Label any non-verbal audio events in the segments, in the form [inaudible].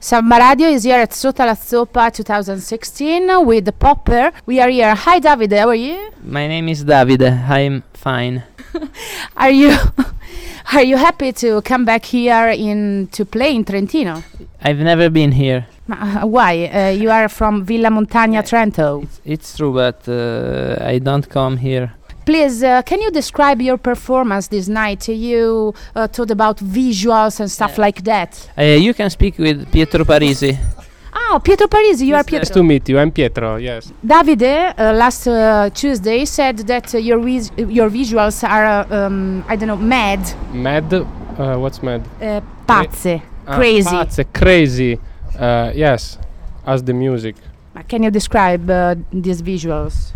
Samba Radio is here at Sota La Sopa 2016 with the Popper. We are here. Hi, Davide. How are you? My name is Davide. I'm fine. Are you [laughs] are you happy to come back here in to play in Trentino? I've never been here. Ma, uh, why? Uh, you are from Villa Montagna, Trento. It's, it's true, but uh, I don't come here. Please, uh, can you describe your performance this night? You uh, talked about visuals and stuff like that. Uh, you can speak with Pietro Parisi. Oh, Pietro Parisi, you are Nice Pietro. to meet you. I'm Pietro. Yes. Davide uh, last uh, Tuesday said that uh, your vis- your visuals are uh, um, I don't know mad, Mad. Uh, what's mad? uh, pazze. Crazy. It's crazy. Uh, yes. As the music. Uh, Can you describe uh, these visuals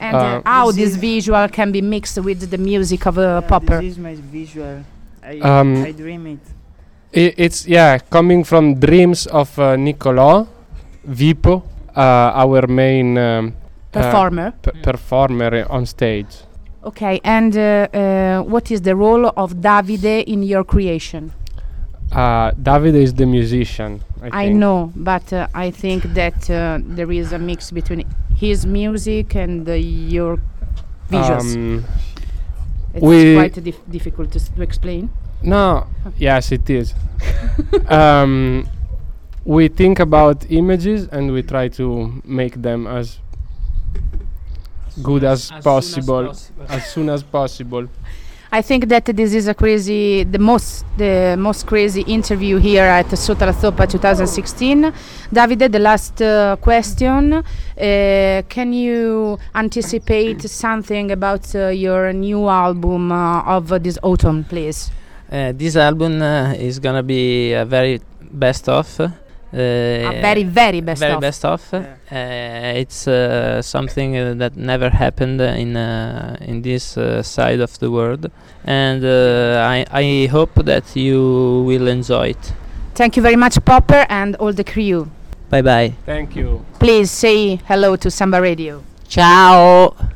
and uh, Uh, how This this is- visual can be mixed with the music of Yeah, a popper? This is my visual. I, Um, I dream it. I- it's yeah coming from dreams of uh, Nicolò Vipo, uh, our main um, uh, Performer. p- performer on stage. Okay, and uh, uh, what is the role of Davide in your creation? Uh, Davide is the musician. I, I, think. know, but uh, I think that uh, there is a mix between his music and uh, your visuals. Um, it's we- quite dif- difficult to, s- to explain. No, yes, it is. um, we think about images and we try to make them as good as, possible, as soon as possible. I think that this is a crazy, the most, the most crazy interview here at Sotala Sopa 2016. Davide, the last uh, question: uh, Can you anticipate something about uh, your new album uh, of uh, this autumn, please? Uh, this album uh, is gonna be a very best of. Uh, a very, very best very of. best of. Uh, it's uh, something uh, that never happened uh, in uh, in this uh, side of the world, and uh, I I hope that you will enjoy it. Thank you very much, Popper, and all the crew. Bye bye. Thank you. Please say hello to Samba Radio. Ciao.